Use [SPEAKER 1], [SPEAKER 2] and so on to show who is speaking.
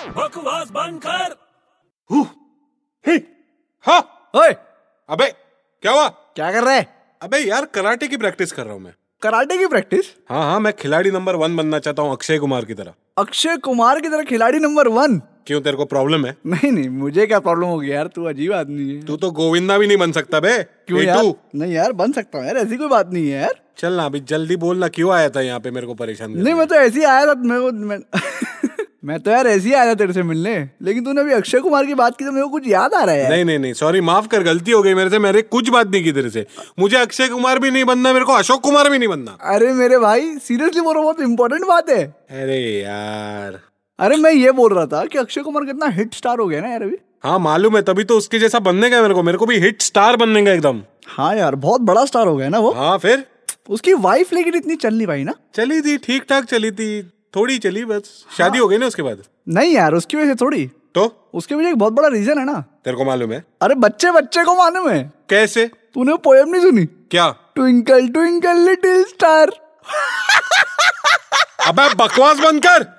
[SPEAKER 1] आवाज बंद कर
[SPEAKER 2] ही, हा
[SPEAKER 3] ओए
[SPEAKER 2] अबे क्या हुआ
[SPEAKER 3] क्या कर रहा है
[SPEAKER 2] अबे यार कराटे की प्रैक्टिस कर रहा हूँ मैं
[SPEAKER 3] कराटे की प्रैक्टिस
[SPEAKER 2] हाँ हाँ मैं खिलाड़ी नंबर वन बनना चाहता हूँ अक्षय कुमार की तरह
[SPEAKER 3] अक्षय कुमार की तरह खिलाड़ी नंबर वन
[SPEAKER 2] क्यों तेरे को प्रॉब्लम है
[SPEAKER 3] नहीं नहीं मुझे क्या प्रॉब्लम होगी यार तू अजीब आदमी है
[SPEAKER 2] तू तो गोविंदा भी नहीं बन सकता बे
[SPEAKER 3] क्यों
[SPEAKER 2] ए,
[SPEAKER 3] यार
[SPEAKER 2] तू।
[SPEAKER 3] नहीं यार बन सकता हूँ यार ऐसी कोई बात नहीं है यार
[SPEAKER 2] चल ना अभी जल्दी बोल ना क्यों आया था यहाँ पे मेरे को परेशान करने?
[SPEAKER 3] नहीं मैं तो ऐसे ही आया था मैं को मैं, मैं तो यार ऐसे ही आया था तेरे से मिलने लेकिन तूने अभी अक्षय कुमार की बात की तो मेरे को कुछ याद आ रहा है यार
[SPEAKER 2] नहीं नहीं नहीं सॉरी माफ कर गलती हो गई मेरे से मेरे कुछ बात नहीं की तेरे से मुझे अक्षय कुमार भी नहीं बनना मेरे को अशोक कुमार भी नहीं बनना
[SPEAKER 3] अरे मेरे भाई सीरियसली बोल रहा हूँ, बहुत इंपॉर्टेंट बात है
[SPEAKER 2] अरे यार
[SPEAKER 3] अरे मैं ये बोल रहा था कि अक्षय कुमार कितना हिट स्टार हो गया ना यार अभी
[SPEAKER 2] हाँ मालूम है तभी तो उसके जैसा बनने का है मेरे को मेरे को भी हिट स्टार बनने का एकदम
[SPEAKER 3] हाँ यार बहुत बड़ा स्टार हो गया ना वो
[SPEAKER 2] हाँ फिर
[SPEAKER 3] उसकी वाइफ लेकिन इतनी चल नहीं पाई ना
[SPEAKER 2] चली थी ठीक ठाक चली थी थोड़ी चली बस शादी हो गई ना उसके बाद
[SPEAKER 3] नहीं यार उसकी वजह से थोड़ी
[SPEAKER 2] तो
[SPEAKER 3] उसके पीछे एक बहुत बड़ा रीजन है ना
[SPEAKER 2] तेरे को मालूम है
[SPEAKER 3] अरे बच्चे बच्चे को मालूम है
[SPEAKER 2] कैसे
[SPEAKER 3] तूने पोएम नहीं सुनी
[SPEAKER 2] क्या
[SPEAKER 3] ट्विंकल ट्विंकल लिटिल स्टार
[SPEAKER 2] अबे बकवास बंद कर